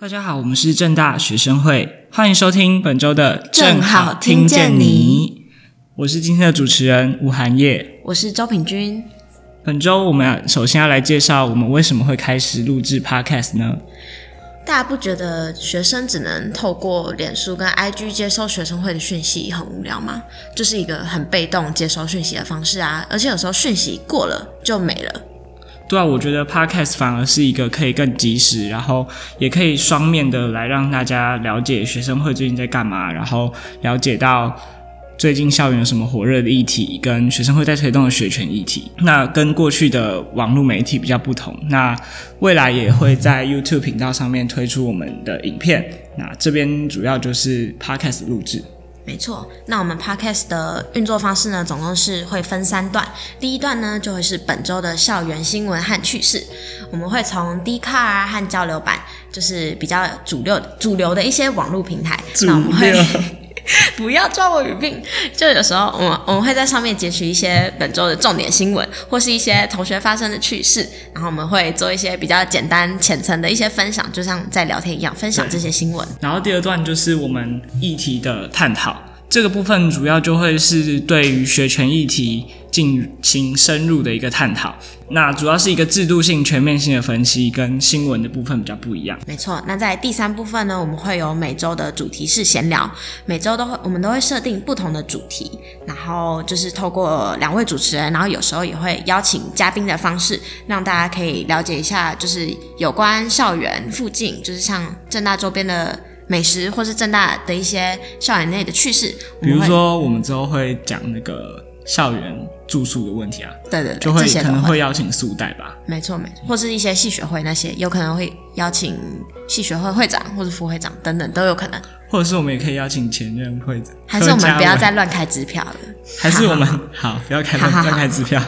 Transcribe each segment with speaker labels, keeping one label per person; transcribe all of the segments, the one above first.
Speaker 1: 大家好，我们是正大学生会，欢迎收听本周的
Speaker 2: 正好听见你。
Speaker 1: 我是今天的主持人吴涵叶。
Speaker 2: 我是周品君。
Speaker 1: 本周我们要首先要来介绍我们为什么会开始录制 Podcast 呢？
Speaker 2: 大家不觉得学生只能透过脸书跟 IG 接收学生会的讯息很无聊吗？就是一个很被动接收讯息的方式啊，而且有时候讯息过了就没了。
Speaker 1: 对啊，我觉得 Podcast 反而是一个可以更及时，然后也可以双面的来让大家了解学生会最近在干嘛，然后了解到最近校园有什么火热的议题，跟学生会在推动的学权议题。那跟过去的网络媒体比较不同，那未来也会 在 YouTube 频道上面推出我们的影片。那这边主要就是 Podcast 录制。
Speaker 2: 没错，那我们 podcast 的运作方式呢，总共是会分三段。第一段呢，就会是本周的校园新闻和趣事，我们会从 d 卡啊和交流版，就是比较主流主流的一些网络平台，那我们会
Speaker 1: 主流
Speaker 2: 不要抓我语病，就有时候我们我们会在上面截取一些本周的重点新闻，或是一些同学发生的趣事，然后我们会做一些比较简单浅层的一些分享，就像在聊天一样，分享这些新闻。
Speaker 1: 然后第二段就是我们议题的探讨，这个部分主要就会是对于学权议题进行深入的一个探讨。那主要是一个制度性、全面性的分析，跟新闻的部分比较不一样。
Speaker 2: 没错，那在第三部分呢，我们会有每周的主题是闲聊，每周都会我们都会设定不同的主题，然后就是透过两位主持人，然后有时候也会邀请嘉宾的方式，让大家可以了解一下，就是有关校园附近，就是像正大周边的美食，或是正大的一些校园内的趣事。我
Speaker 1: 比
Speaker 2: 们
Speaker 1: 如
Speaker 2: 会，
Speaker 1: 说，我们之后会讲那个校园住宿的问题啊，
Speaker 2: 对对对，
Speaker 1: 就会
Speaker 2: 这些
Speaker 1: 可
Speaker 2: 都
Speaker 1: 能
Speaker 2: 会，
Speaker 1: 会邀请宿代吧。
Speaker 2: 没错没错，或是一些系学会那些，有可能会邀请系学会会长或是副会长等等都有可能。
Speaker 1: 或者是我们也可以邀请前任会长，
Speaker 2: 还是我
Speaker 1: 客
Speaker 2: 们
Speaker 1: 家
Speaker 2: 不要
Speaker 1: 委
Speaker 2: 再乱开支票了。
Speaker 1: 还是我们好，不要开
Speaker 2: 好好好
Speaker 1: 乱开支 票。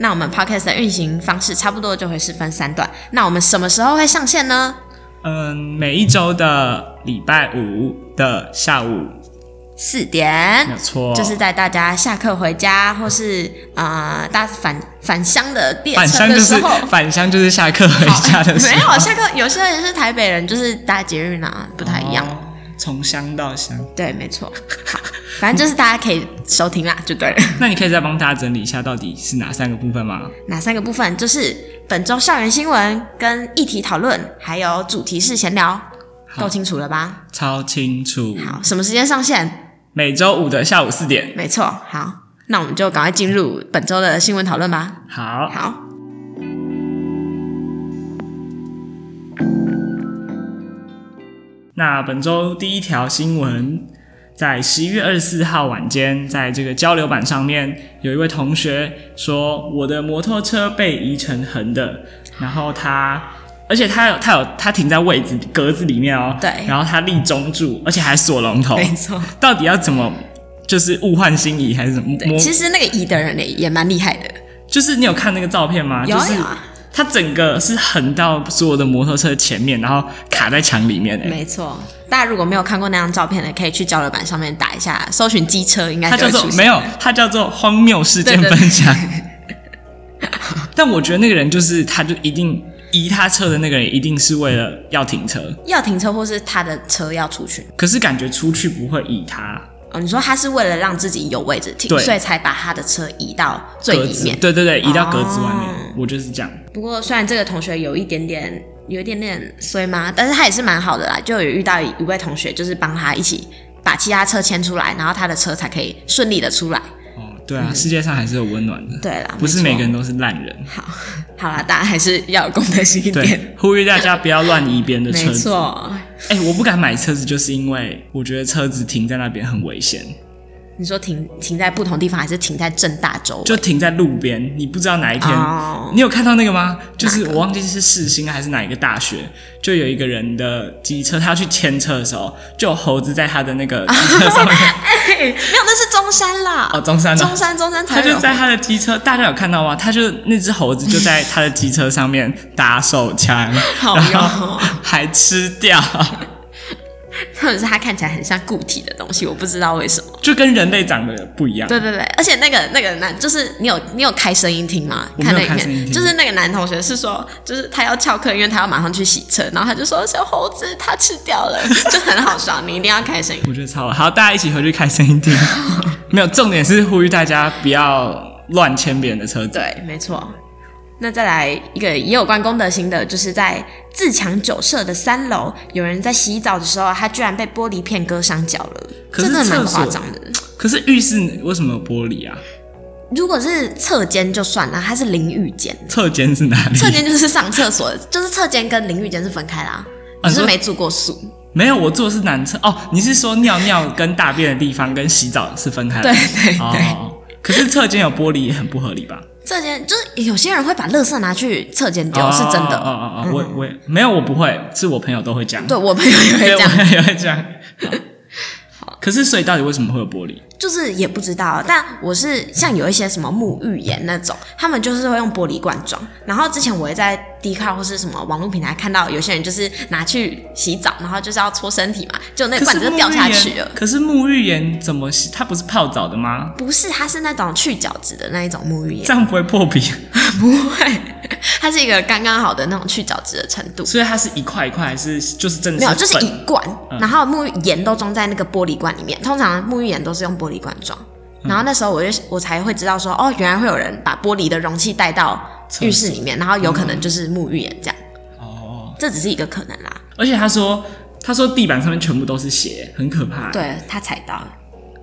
Speaker 2: 那我们 podcast 的运行方式差不多就会是分三段。那我们什么时候会上线呢？
Speaker 1: 嗯，每一周的礼拜五的下午
Speaker 2: 四点
Speaker 1: 没有，错，
Speaker 2: 就是在大家下课回家或是呃大返返乡的列
Speaker 1: 返
Speaker 2: 车
Speaker 1: 乡
Speaker 2: 的
Speaker 3: 就
Speaker 2: 时
Speaker 1: 是
Speaker 2: 候。哦
Speaker 1: 返乡就是下课回家的时
Speaker 2: 没
Speaker 1: 候，
Speaker 2: 有下课，有些人是台北人，就是搭捷运啊，不太一样。
Speaker 1: 哦。从乡到乡，
Speaker 2: 对，没错。好，反正就是大家可以收听啦，就对了。
Speaker 1: 那你可以再帮大家整理一下到底是哪三个部分吗？
Speaker 2: 哪三个部分？就是本周校园新闻、跟议题讨论，还有主题式闲聊，够清楚了吧？
Speaker 1: 超清楚，
Speaker 2: 好，什么时间上线？
Speaker 1: 每周五的下午四点。
Speaker 2: 没错，好，那我们就赶快进入本周的新闻讨论吧。
Speaker 1: 好，
Speaker 2: 好，
Speaker 1: 那本周第一条新闻，在十一月二十四号晚间，在这个交流版上面，有一位同学说我的摩托车被移成横的，然后他，而且他有他有他停在位置格子里面哦，
Speaker 2: 对
Speaker 1: 然后他立中柱，而且还锁龙头，
Speaker 2: 错，
Speaker 1: 到底要怎么就是物换星移还是怎么？
Speaker 2: 对，
Speaker 1: 摩
Speaker 2: 其实那个移的人也也蛮厉害的，
Speaker 1: 就是你有看那个照片吗？
Speaker 2: 有
Speaker 1: 就是
Speaker 2: 有啊，
Speaker 1: 它整个是横到所有的摩托车前面，然后卡在墙里面、欸，
Speaker 2: 没错。大家如果没有看过那张照片的，可以去交流版上面打一下，搜寻机车，应该
Speaker 1: 它叫
Speaker 2: 就会
Speaker 1: 做
Speaker 2: 出现
Speaker 1: 没有，它叫做荒谬事件分享。 但我觉得那个人就是，他就一定移他车的那个人，一定是为了要停车。
Speaker 2: 要停车或是他的车要出去。
Speaker 1: 可是感觉出去不会移他
Speaker 2: 哦，你说他是为了让自己有位置停，
Speaker 1: 对
Speaker 2: 所以才把他的车移到最
Speaker 1: 格
Speaker 2: 里
Speaker 1: 子，
Speaker 2: 面。
Speaker 1: 对对对，移到格子外面。
Speaker 2: 哦
Speaker 1: 我就是这样，
Speaker 2: 不过虽然这个同学有一点点有一点点衰嘛，但是他也是蛮好的啦，就有遇到一位同学，就是帮他一起把其他车牵出来，然后他的车才可以顺利的出来。
Speaker 1: 哦，对啊，世界上还是有温暖的，
Speaker 2: 对啦，
Speaker 1: 不是
Speaker 2: 嗯没
Speaker 1: 每
Speaker 2: 错
Speaker 1: 个人都是烂人。
Speaker 2: 好，好啦，大家还是要有公德心一点。
Speaker 1: 对，呼吁大家不要乱移别人的
Speaker 2: 没
Speaker 1: 车子。
Speaker 2: 错，
Speaker 1: 哎、我不敢买车子，就是因为我觉得车子停在那边很危险，
Speaker 2: 你说停停在不同地方，还是停在正大周围？
Speaker 1: 就停在路边，你不知道哪一天
Speaker 2: 哦，
Speaker 1: 你有看到那个吗？就是我忘记是世新还是哪一个大学，就有一个人的机车，他要去牵车的时候，就有猴子在他的那 个机车上面。
Speaker 2: 没有，那是中山啦。
Speaker 1: 哦，中山
Speaker 2: 中
Speaker 1: 的，
Speaker 2: 山，中山才
Speaker 1: 他
Speaker 2: 有
Speaker 1: 就在他的机车，大家有看到吗？他就那只猴子就在他的机车上面打手枪，
Speaker 2: 好
Speaker 1: 然后
Speaker 2: 哟，
Speaker 1: 还吃掉。
Speaker 2: 或者是它看起来很像固体的东西，我不知道为什么。
Speaker 1: 就跟人类长得不一样。
Speaker 2: 对对对，而且那个那个男，就是你有你有开声音听吗？
Speaker 1: 我没
Speaker 2: 看
Speaker 1: 有
Speaker 2: 那影
Speaker 1: 开声音
Speaker 2: 片，
Speaker 1: 听
Speaker 2: 就是那个男同学是说，就是他要翘课，因为他要马上去洗车，然后他就说小猴子他吃掉了， 就很好笑。你一定要开声音。
Speaker 1: 我觉得超好，好，大家一起回去开声音 听。没有，重点是呼吁大家不要乱牵别人的车子。
Speaker 2: 对，没错。那再来一个也有关功德心的，就是在自强酒社的三楼，有人在洗澡的时候，他居然被玻璃片割伤脚了，
Speaker 1: 可是
Speaker 2: 真的
Speaker 1: 厕
Speaker 2: 蛮
Speaker 1: 所
Speaker 2: 夸张的。
Speaker 1: 可是浴室为什么有玻璃啊？
Speaker 2: 如果是侧间就算了，它是淋浴间，
Speaker 1: 侧间是哪里？
Speaker 2: 侧间就是上厕所的，就是侧间跟淋浴间是分开啦。
Speaker 1: 啊你
Speaker 2: 只是
Speaker 1: 说
Speaker 2: 没住过宿，
Speaker 1: 没有，我住的是男厕。哦，你是说尿尿跟大便的地方跟洗澡是分开的？
Speaker 2: 对对
Speaker 1: 哦，可是侧间有玻璃也很不合理吧？
Speaker 2: 侧间就是有些人会把垃圾拿去侧间丢，
Speaker 1: 哦
Speaker 2: 是真
Speaker 1: 哦
Speaker 2: 的。
Speaker 1: 哦哦，我我也没有，我不会，是我朋友都会这样。
Speaker 2: 对 我朋友也会
Speaker 1: 对，
Speaker 2: 这样，
Speaker 1: 我也会这 样。好，可是所以到底为什么会有玻璃？
Speaker 2: 就是也不知道，啊但我是像有一些什么沐浴盐那种，他们就是会用玻璃罐装。然后之前我也在 d 卡或是什么网络平台看到有些人就是拿去洗澡，然后就是要搓身体嘛，就那
Speaker 1: 可
Speaker 2: 罐
Speaker 1: 是
Speaker 2: 子就
Speaker 1: 沐
Speaker 2: 掉下
Speaker 1: 浴盐
Speaker 2: 去了。
Speaker 1: 可是沐浴盐怎么洗？它不是泡澡的吗？
Speaker 2: 不是，它是那种去角质的那一种沐浴
Speaker 1: 这
Speaker 2: 盐，
Speaker 1: 样不会破皮，
Speaker 2: 不会， 它是一个刚刚好的那种去角质的程度，
Speaker 1: 所以它是一块一块，还是就是真的
Speaker 2: 没有，就是
Speaker 1: 粉
Speaker 2: 一罐，
Speaker 1: 嗯
Speaker 2: 然后沐浴盐都装在那个玻璃罐里面。通常沐浴盐都是用玻璃罐装，
Speaker 1: 嗯
Speaker 2: 然后那时候我就我才会知道说，哦，原来会有人把玻璃的容器带到浴室里
Speaker 1: 嗯
Speaker 2: 面，然后有可能就是沐浴盐这样，
Speaker 1: 哦。
Speaker 2: 这只是一个可能啦。
Speaker 1: 而且他说，他说地板上面全部都是血，很可怕。，
Speaker 2: 对他踩到了，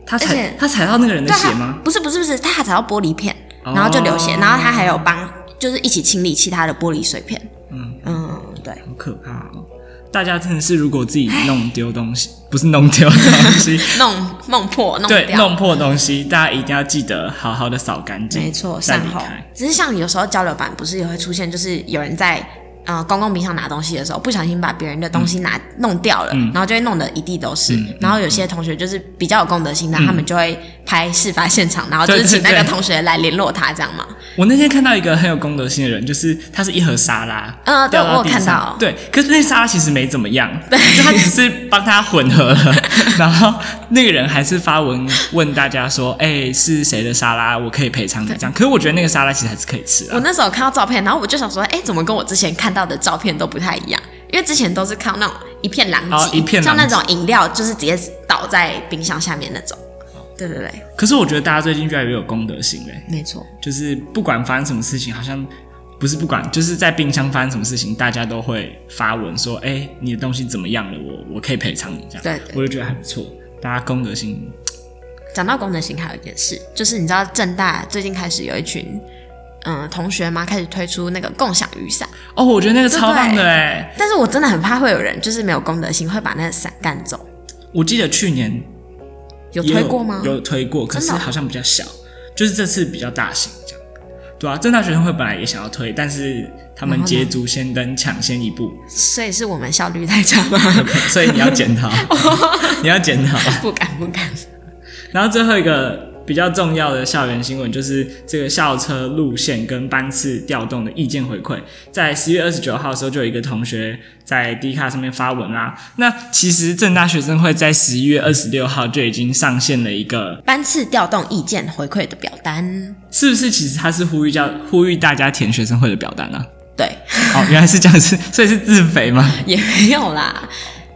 Speaker 1: 他
Speaker 2: 而
Speaker 1: 踩
Speaker 2: 且
Speaker 1: 他踩到那个人的
Speaker 2: 对
Speaker 1: 嗯血
Speaker 2: 他
Speaker 1: 吗？
Speaker 2: 不是不是不是，他还踩到玻璃片，
Speaker 1: 哦
Speaker 2: 然后就流血，然后他还有帮就是一起清理其他的玻璃碎片。
Speaker 1: 嗯
Speaker 2: 嗯，对。
Speaker 1: 好可怕哦！大家真的是，如果自己
Speaker 2: 哎
Speaker 1: 弄丢东西，不是弄丢东 西，
Speaker 2: 弄弄破弄
Speaker 1: 对，
Speaker 2: 掉，
Speaker 1: 弄破东西，大家一定要记得好好的扫干净，
Speaker 2: 没错，
Speaker 1: 再
Speaker 2: 善
Speaker 1: 离
Speaker 2: 后
Speaker 1: 开。。
Speaker 2: 只是像有时候交流版不是也会出现，就是有人在呃公共冰箱拿东西的时候，不小心把别人的东
Speaker 1: 嗯
Speaker 2: 西拿、弄掉了，然后就会弄得一地都是。然后有
Speaker 1: 嗯
Speaker 2: 些同学就是比较有公德心的，他们就会拍事发现场，然后就是
Speaker 1: 对对
Speaker 2: 请那个
Speaker 1: 对啊
Speaker 2: 同学来联络他，这样嘛。
Speaker 1: 我那天看到一个很有公德心的人，就是他是一盒沙拉，
Speaker 2: 嗯对
Speaker 1: 掉到
Speaker 2: 我有
Speaker 1: 地
Speaker 2: 看
Speaker 1: 上
Speaker 2: 到
Speaker 1: 对，可是那沙拉其实没怎么 样，就他只是帮他混合 了，然后那个人还是发文问大家说，哎、是谁的沙拉，我可以赔偿你这样。可是我觉得那个沙拉其实还是可以吃啊
Speaker 2: 我，那时候看到照片，然后我就想说，哎、怎么跟我之前看到的照片都不太一样？因为之前都是看那种一片狼藉，
Speaker 1: 哦一片
Speaker 2: 像那
Speaker 1: 狼藉
Speaker 2: 种饮料就是直接倒在冰箱下面那种。对对对，
Speaker 1: 可是我觉得大家最近越来越有公德心嘞、
Speaker 2: 没错。
Speaker 1: 就是不管发生什么事情，好像不是不管，就是在冰箱发生什么事情，大家都会发文说：“哎、你的东西怎么样了？我我可以赔偿你。”这样，
Speaker 2: 对对
Speaker 1: 我就觉得还不错，大家公德心。
Speaker 2: 讲到功能性，还有一件事，就是你知道正大最近开始有一群嗯同学嘛，开始推出那个共享雨伞，
Speaker 1: 哦，我觉得那个超棒
Speaker 2: 对
Speaker 1: 的哎！
Speaker 2: 但是我真的很怕会有人就是没有功德心，会把那个伞干走。
Speaker 1: 我记得去年
Speaker 2: 有
Speaker 1: 也
Speaker 2: 推过吗？
Speaker 1: 有推过，可
Speaker 2: 真
Speaker 1: 是
Speaker 2: 的哦
Speaker 1: 好像比较小，就是这次比较大型这样。对啊，正大学生会本来也想要推，但是他
Speaker 2: 然
Speaker 1: 们
Speaker 2: 后呢
Speaker 1: 捷足先登，抢先一 步，
Speaker 2: 所以是我们效率太差吗？
Speaker 1: 所以你要检讨， 你要检讨。
Speaker 2: 不敢不敢。
Speaker 1: 然后最后一个比较重要的校园新闻就是这个校车路线跟班次调动的意见回馈，在十月二十九号的时候，就有一个同学在 D 卡上面发文啦、那其实正大学生会在十一月二十六号就已经上线了一个，
Speaker 2: 班次调动意见回馈的表单，
Speaker 1: 是不是？其实他是呼吁叫呼吁大家填学生会的表单啊。
Speaker 2: 对，
Speaker 1: 哦，原来是这样，是 所以是自肥吗？
Speaker 2: 也没有啦，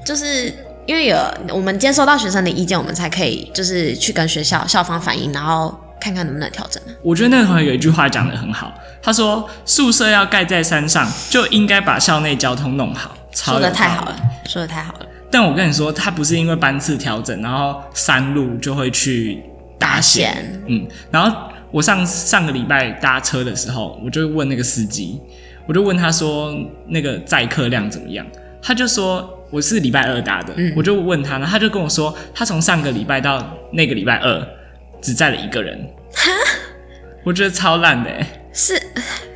Speaker 2: 就是因为有我们接收到学生的意见，我们才可以就是去跟学校校方反映，然后看看能不能调整。
Speaker 1: 我觉得那个同学有一句话讲得很好，他说宿舍要盖在山上，就应该把校内交通弄好。超
Speaker 2: 说的
Speaker 1: 有
Speaker 2: 太
Speaker 1: 道理
Speaker 2: 好了，说的太好了。
Speaker 1: 但我跟你说，他不是因为班次调整，然后山路就会去打险。
Speaker 2: 打险
Speaker 1: 嗯，然后我上上个礼拜搭车的时候，我就问那个司机，我就问他说那个载客量怎么样，他就说我是礼拜二搭的，我就问他，然后他就跟我说，他从上个礼拜到那个礼拜二只载了一个人，我觉得超烂的、欸。
Speaker 2: 是，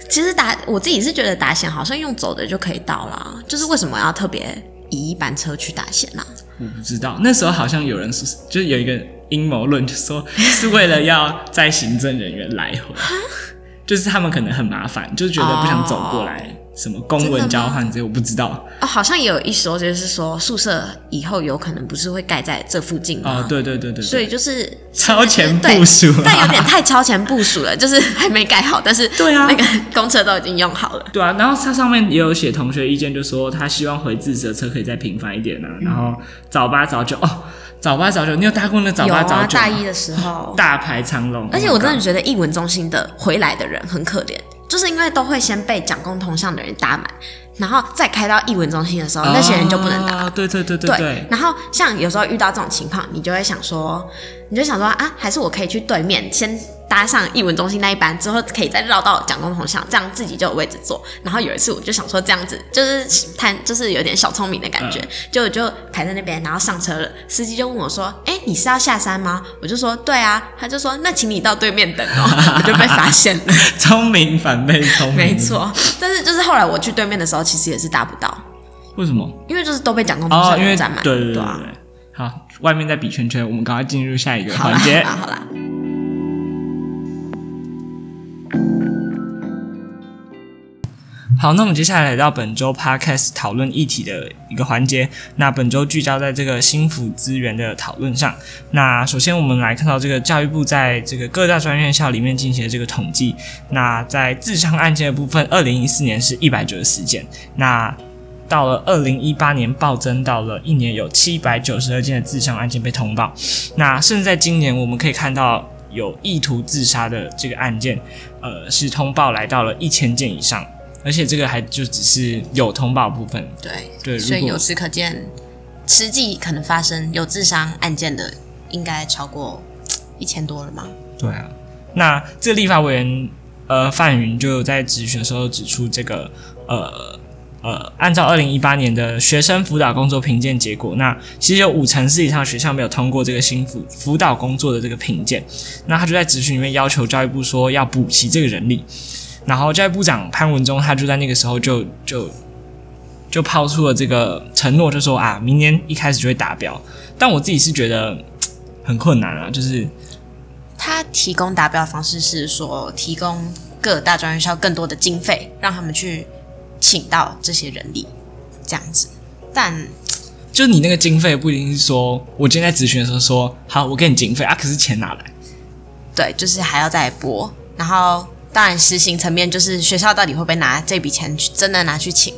Speaker 2: 其实打我自己是觉得打线好像用走的就可以到啦，就是为什么要特别以一班车去打啊线呢、
Speaker 1: 我不知道，那时候好像有人是，就是有一个阴谋论，就说是为了要载行政人员来回，就是他们可能很麻烦，就觉得不想走过来，什么公文交换这些，我不知道。
Speaker 2: 哦，好像也有一说，就是说宿舍以后有可能不是会盖在这附近吗？
Speaker 1: 哦，对对对对
Speaker 2: 啊所
Speaker 1: 对，
Speaker 2: 以就是
Speaker 1: 超前部署
Speaker 2: 对
Speaker 1: 啊
Speaker 2: 但有点太超前部署了，就是还没盖好，但是
Speaker 1: 对啊
Speaker 2: 那个公车都已经用好了。
Speaker 1: 对啊。然后它上面也有写同学意见，就说他希望回自己的车可以再频繁一点啊。
Speaker 2: 嗯
Speaker 1: 然后早八早九哦，早八早九，你有搭过那早
Speaker 2: 有
Speaker 1: 八
Speaker 2: 啊，
Speaker 1: 早九吗？
Speaker 2: 大一的时候，
Speaker 1: 大排长龙，
Speaker 2: 而且
Speaker 1: Oh
Speaker 2: 我
Speaker 1: my
Speaker 2: 真的
Speaker 1: God
Speaker 2: 觉得艺文中心的回来的人很可怜，就是因为都会先被蒋公铜像的人搭满，然后再开到艺文中心的时候，那些人就不能搭。
Speaker 1: 啊对对对对对，
Speaker 2: 然后像有时候遇到这种情况，你就会想说，你就想说啊，还是我可以去对面先搭上艺文中心那一班，之后可以再绕到蒋公铜像，这样自己就有位置坐。然后有一次我就想说这样子就是贪，就是有点小聪明的感
Speaker 1: 嗯
Speaker 2: 觉，就我就排在那边，然后上车了，司机就问我说，哎，你是要下山吗？我就说对啊，他就说那请你到对面等 哦，我就被发现了，
Speaker 1: 聪明反被聪明，
Speaker 2: 没。错。但是就是后来我去对面的时候，其实也是搭不到，
Speaker 1: 为什么？
Speaker 2: 因为就是都被蒋公铜
Speaker 1: 哦，
Speaker 2: 像
Speaker 1: 因为
Speaker 2: 占满，
Speaker 1: 对对对
Speaker 2: 对
Speaker 1: 对
Speaker 2: 啊。
Speaker 1: 对。好，外面在比圈圈，我们赶快进入下一个
Speaker 2: 好啦
Speaker 1: 环节
Speaker 2: 好。啦好啦。
Speaker 1: 好，那我们接下来来到本周 podcast 讨论议题的一个环节。那本周聚焦在这个心辅资源的讨论上。那首先我们来看到这个教育部在这个各大专院校里面进行的这个统计。那在自伤案件的部分，二零一四年是一百九十四件，那到了二零一八年暴增到了一年有七百九十二件的自伤案件被通报。那甚至在今年，我们可以看到有意图自杀的这个案件，呃，是通报来到了一千件以上。而且这个还就只是有通报部分，
Speaker 2: 对
Speaker 1: 对
Speaker 2: 所以
Speaker 1: 如果
Speaker 2: 由此可见，实际可能发生有自伤案件的，应该超过一千多了吗？
Speaker 1: 对啊，那这个立法委员呃范云就有在质询的时候指出，这个呃呃，按照二零一八年的学生辅导工作评鉴结果，那其实有五成四以上的学校没有通过这个新辅辅导工作的这个评鉴。那他就在质询里面要求教育部说要补齐这个人力，然后教育部长潘文忠他就在那个时候就就。就抛出了这个承诺，就说啊，明年一开始就会达标。但我自己是觉得很困难啊，就是
Speaker 2: 他提供达标的方式是说，提供各大专院校更多的经费，让他们去请到这些人力，这样子。但
Speaker 1: 就你那个经费不一定是说，我今天在咨询的时候说好，我给你经费啊，可是钱哪来？
Speaker 2: 对，就是还要再拨。然后，当然实行层面就是学校到底会不会拿这笔钱去真的拿去请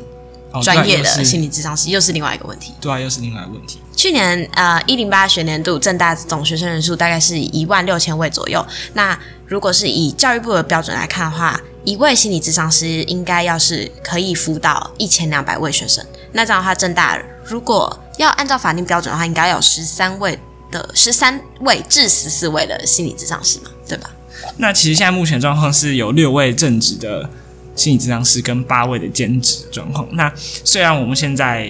Speaker 1: 哦
Speaker 2: 专业
Speaker 1: 对啊
Speaker 2: 的
Speaker 1: 又
Speaker 2: 心
Speaker 1: 是
Speaker 2: 理智商师，又是另外一个问题。
Speaker 1: 对啊，又是另外一个问题。
Speaker 2: 去年呃一零八学年度正大总学生人数大概是一万六千位左右。那如果是以教育部的标准来看的话，一位心理咨商师应该要是可以辅导一千两百位学生。那这样的话，正大如果要按照法定标准的话，应该有十三位的十三位至十四位的心理咨商师嘛，对吧？
Speaker 1: 那其实现在目前状况是有六位正职的心理咨商师跟八位的兼职状况。那虽然我们现在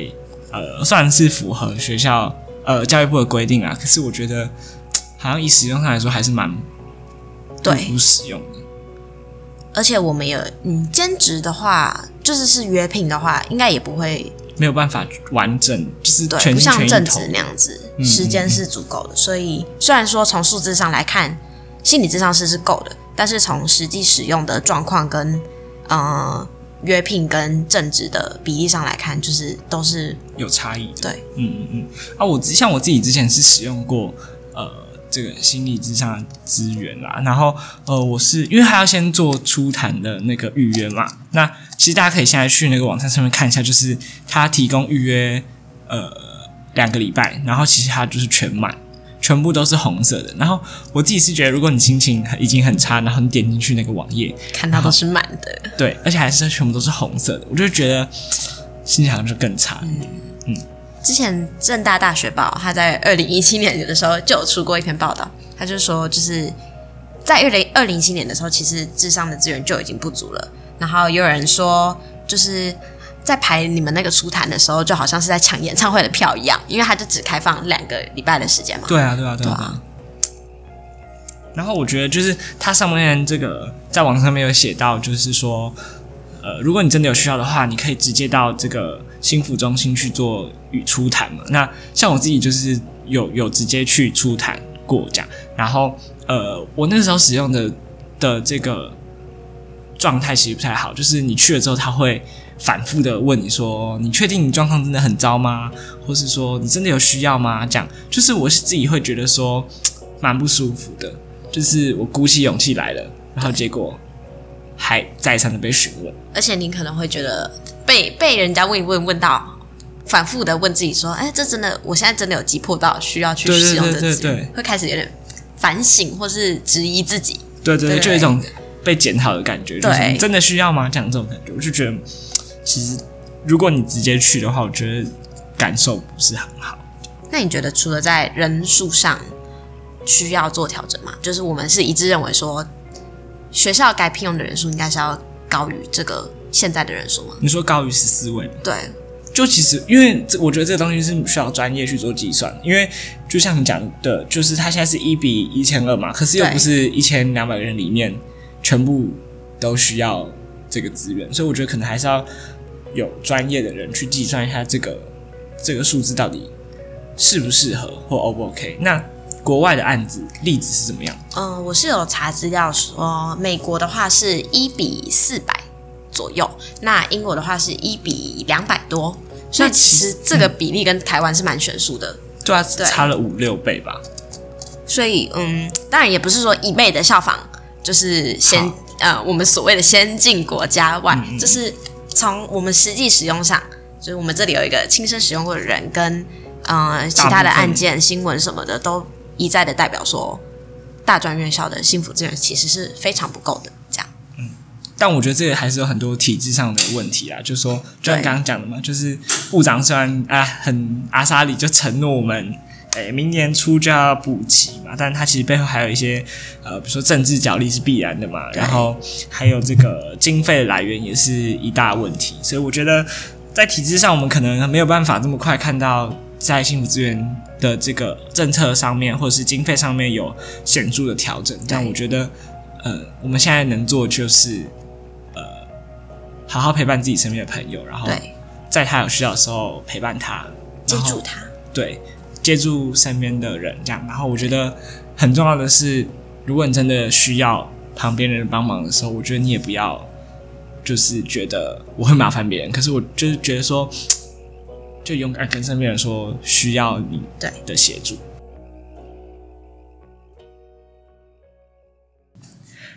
Speaker 1: 呃算是符合学校呃教育部的规定啊，可是我觉得好像以使用上来说还是蛮
Speaker 2: 对
Speaker 1: 不，使用的。
Speaker 2: 而且我们有嗯兼职的话，就是是约聘的话，应该也不会
Speaker 1: 没有办法完整，就是
Speaker 2: 对，
Speaker 1: 全
Speaker 2: 不
Speaker 1: 心全意
Speaker 2: 像正
Speaker 1: 投入
Speaker 2: 职那样子，
Speaker 1: 嗯
Speaker 2: 时间是足够的。所以虽然说从数字上来看，心理智商师是够的，但是从实际使用的状况跟呃约聘跟正职的比例上来看，就是都是
Speaker 1: 有差异的。
Speaker 2: 对，
Speaker 1: 嗯嗯嗯。啊，我之像我自己之前是使用过呃这个心理之上的资源啦，然后呃我是因为他要先做初谈的那个预约嘛，那其实大家可以现在去那个网站上面看一下，就是他提供预约呃两个礼拜，然后其实它就是全满。全部都是红色的，然后我自己是觉得，如果你心情已经很差，然后你点进去那个网页，
Speaker 2: 看到都是满的。
Speaker 1: 对，而且还是全部都是红色的，我就觉得心情好像就更差。
Speaker 2: 之前正大大学报，他在二零一七年的时候就有出过一篇报道，他就说就是在二零二零一七年的时候，其实智商的资源就已经不足了。然后也有人说，就是在排你们那个初谈的时候，就好像是在抢演唱会的票一样，因为他就只开放两个礼拜的时间嘛。
Speaker 1: 对啊，对啊，对啊。对
Speaker 2: 对
Speaker 1: 啊
Speaker 2: 啊
Speaker 1: 然后我觉得就是它上面这个在网上面有写到，就是说，呃，如果你真的有需要的话，你可以直接到这个心腹中心去做与初谈嘛。那像我自己就是有有直接去初谈过这样，然后呃，我那时候使用的的这个状态其实不太好，就是你去了之后，它会反复的问你说，你确定你状况真的很糟吗？或是说你真的有需要吗？这样就是我自己会觉得说蛮不舒服的，就是我鼓起勇气来了，然后结果还再三的被询问。
Speaker 3: 而且你可能会觉得被被人家问一问，问到反复的问自己说：“哎，这真的，我现在真的有急迫到需要去
Speaker 1: 对对
Speaker 3: 使用这
Speaker 1: 对
Speaker 3: 个
Speaker 1: 对
Speaker 3: 资源
Speaker 1: 对
Speaker 3: 会开始有点反省或是质疑自己。
Speaker 1: 对对对，
Speaker 3: 对
Speaker 1: 就有一种被检讨的感觉，就是
Speaker 3: 对
Speaker 1: 你真的需要吗？这样这种感觉，我就觉得其实如果你直接去的话，我觉得感受不是很好。
Speaker 3: 那你觉得除了在人数上需要做调整吗？就是我们是一致认为说，学校该聘用的人数应该是要高于这个现在的人数吗？
Speaker 1: 你说高于十四位吗，
Speaker 3: 对，
Speaker 1: 就其实因为这，我觉得这个东西是需要专业去做计算，因为就像你讲的，就是它现在是一比一千二嘛，可是又
Speaker 3: 对
Speaker 1: 不是一千两百个人里面全部都需要这个资源，所以我觉得可能还是要有专业的人去计算一下这个这个数字到底适不适合或 O 不 OK。那国外的案子例子是怎么样？
Speaker 3: 嗯，我是有查资料说，美国的话是一比四百左右，那英国的话是一比两百多，所以
Speaker 1: 那
Speaker 3: 其
Speaker 1: 其
Speaker 3: 实这个比例跟台湾是蛮悬殊的。
Speaker 1: 对啊，
Speaker 3: 对
Speaker 1: 差了五六倍吧。
Speaker 3: 所以，嗯，当然也不是说一昧的效仿，就是先
Speaker 1: 好
Speaker 3: 呃我们所谓的先进国家外，
Speaker 1: 嗯嗯嗯
Speaker 3: 就是从我们实际使用上，就是我们这里有一个亲身使用过的人跟呃其他的
Speaker 1: 大部分
Speaker 3: 案件、新闻什么的，都一再的代表说，大专院校的幸福资源其实是非常不够的，这样。
Speaker 1: 但我觉得这个还是有很多体制上的问题啊，就是说，就像
Speaker 3: 对
Speaker 1: 刚刚讲的嘛，就是部长虽然啊很阿莎里就承诺我们，诶明年初就要补齐嘛，但他其实背后还有一些呃，比如说政治角力是必然的嘛，
Speaker 3: 对
Speaker 1: 然后还有这个经费的来源也是一大问题，所以我觉得在体制上我们可能没有办法这么快看到在幸福资源的这个政策上面或者是经费上面有显著的调整，但我觉得。呃，我们现在能做就是呃好好陪伴自己身边的朋友，然后
Speaker 3: 对，
Speaker 1: 在他有需要的时候陪伴他，
Speaker 3: 接
Speaker 1: 然后
Speaker 3: 住它。
Speaker 1: 对，接住身边的人这样。然后我觉得很重要的是，如果你真的需要旁边人帮忙的时候，我觉得你也不要就是觉得我会麻烦别人，可是我就是觉得说，就勇敢跟身边人说需要你
Speaker 3: 对
Speaker 1: 的协助。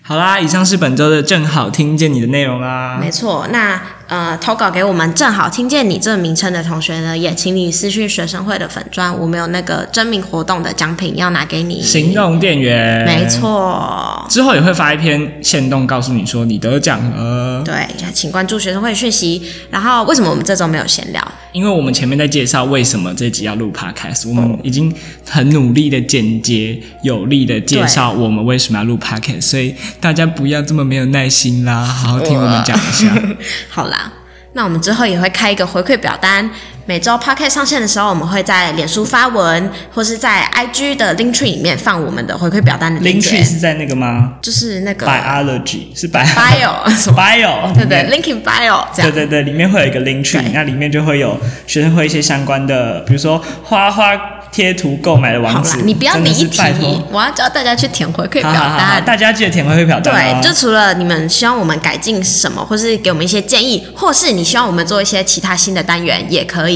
Speaker 1: 好啦，以上是本周的正好听见你的内容啦。
Speaker 2: 没错，那呃，投稿给我们正好听见你这个名称的同学呢，也请你私讯学生会的粉砖，我们有那个征名活动的奖品要拿给你。
Speaker 1: 行动电源，
Speaker 2: 没。错，
Speaker 1: 之后也会发一篇线动，告诉你说你得奖了。
Speaker 2: 对，请关注学生会的讯息。然后，为什么我们这周没有闲聊？
Speaker 1: 因为我们前面在介绍为什么这集要录
Speaker 2: 嗯
Speaker 1: podcast，我们已经很努力的简洁有力的介绍我们为什么要录 podcast，所以大家不要这么没有耐心啦，好好听我们讲一下。
Speaker 2: 嗯好啦，那我们之后也会开一个回馈表单。每周 p o c k e t 上线的时候，我们会在脸书发文，或是在 IG 的 Link Tree 里面放我们的回馈表单的链
Speaker 1: 林
Speaker 2: 接
Speaker 1: 去，是在那个吗
Speaker 2: 就是那个
Speaker 1: ？biology 是 bio
Speaker 2: bio 什么
Speaker 1: bio
Speaker 2: 对对 Linkin Bio 这样
Speaker 1: 对。对对，里面会有一个 link tree，
Speaker 2: 对
Speaker 1: 那里面就会有学生会一些相关的，比如说花花贴图购买的网
Speaker 2: 好啦
Speaker 1: 址，，
Speaker 2: 你不要
Speaker 1: 真
Speaker 2: 离
Speaker 1: 的是
Speaker 2: 题
Speaker 1: 拜托，
Speaker 2: 我要教大家去填回馈表
Speaker 1: 好好好好，
Speaker 2: 单。
Speaker 1: 大家记得填回馈表单哦
Speaker 2: 对，就除了你们希望我们改进什么，或是给我们一些建议，或是你希望我们做一些其他新的单元，也可以。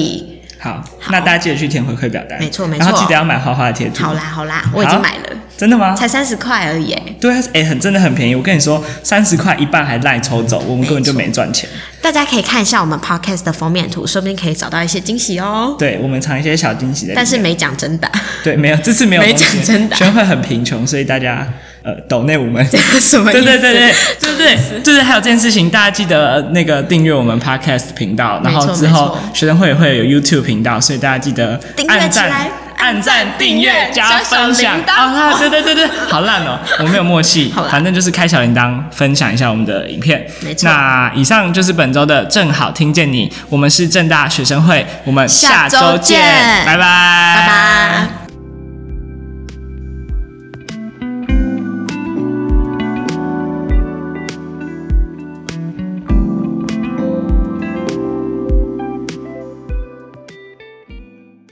Speaker 1: 好。那大家记得去填回馈表单，
Speaker 2: 没错没
Speaker 1: 然后
Speaker 2: 错
Speaker 1: 记得要买花花的贴图。
Speaker 2: 好啦，好啦，我已经
Speaker 1: 嗯好
Speaker 2: 买了，
Speaker 1: 真的吗？
Speaker 2: 才三十块而已耶。
Speaker 1: 对啊，哎，很真的很便宜。我跟你说，三十块一半还赖抽走，我们根本就没赚钱。
Speaker 2: 大家可以看一下我们 podcast 的封面图，说不定可以找到一些惊喜哦。
Speaker 1: 对，我们藏一些小惊喜在里面。
Speaker 2: 但是没讲真的，
Speaker 1: 对，没有，这次没有
Speaker 2: 没
Speaker 1: 东西
Speaker 2: 讲真 的
Speaker 1: 学生会很贫穷，所以大家呃，抖内我们。
Speaker 2: 什么意
Speaker 1: 对
Speaker 2: 思？
Speaker 1: 对对对对对，就是还有这件事情，大家记得呃那个订阅我们 podcast 频道，然
Speaker 2: 没错
Speaker 1: 后之
Speaker 2: 没
Speaker 1: 后
Speaker 2: 错
Speaker 1: 学生会也会有 YouTube 频道，所以大家记得
Speaker 2: 订阅
Speaker 1: 按
Speaker 2: 起
Speaker 1: 赞
Speaker 2: 来、
Speaker 1: 按赞、订阅、加
Speaker 2: 加小
Speaker 1: 分享
Speaker 2: 铃铛
Speaker 1: 啊！对对对对，好烂哦，我没有默契
Speaker 2: 好，啦
Speaker 1: 反正就是开小铃铛，分享一下我们的影片。
Speaker 2: 没错
Speaker 1: 那以上就是本周的正好听见你，我们是正大学生会，我们
Speaker 2: 下
Speaker 1: 周
Speaker 2: 周见
Speaker 1: 拜拜，拜
Speaker 2: 拜拜。